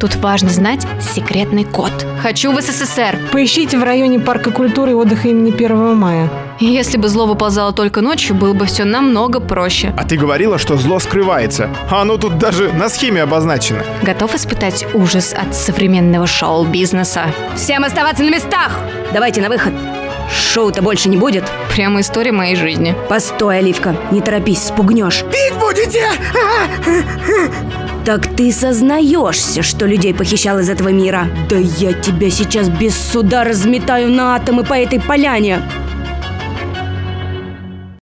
Тут важно знать секретный код. Хочу в СССР. Поищите в районе парка культуры и отдыха имени 1 мая. Если бы зло выползало только ночью, было бы все намного проще. А ты говорила, что зло скрывается. А оно тут даже на схеме обозначено. Готов испытать ужас от современного шоу-бизнеса? Всем оставаться на местах! Давайте на выход. Шоу-то больше не будет. Прямо история моей жизни. Постой, Оливка, не торопись, спугнешь. Пить будете? Так ты сознаешься, что людей похищал из этого мира? Да я тебя сейчас без суда разметаю на атомы по этой поляне.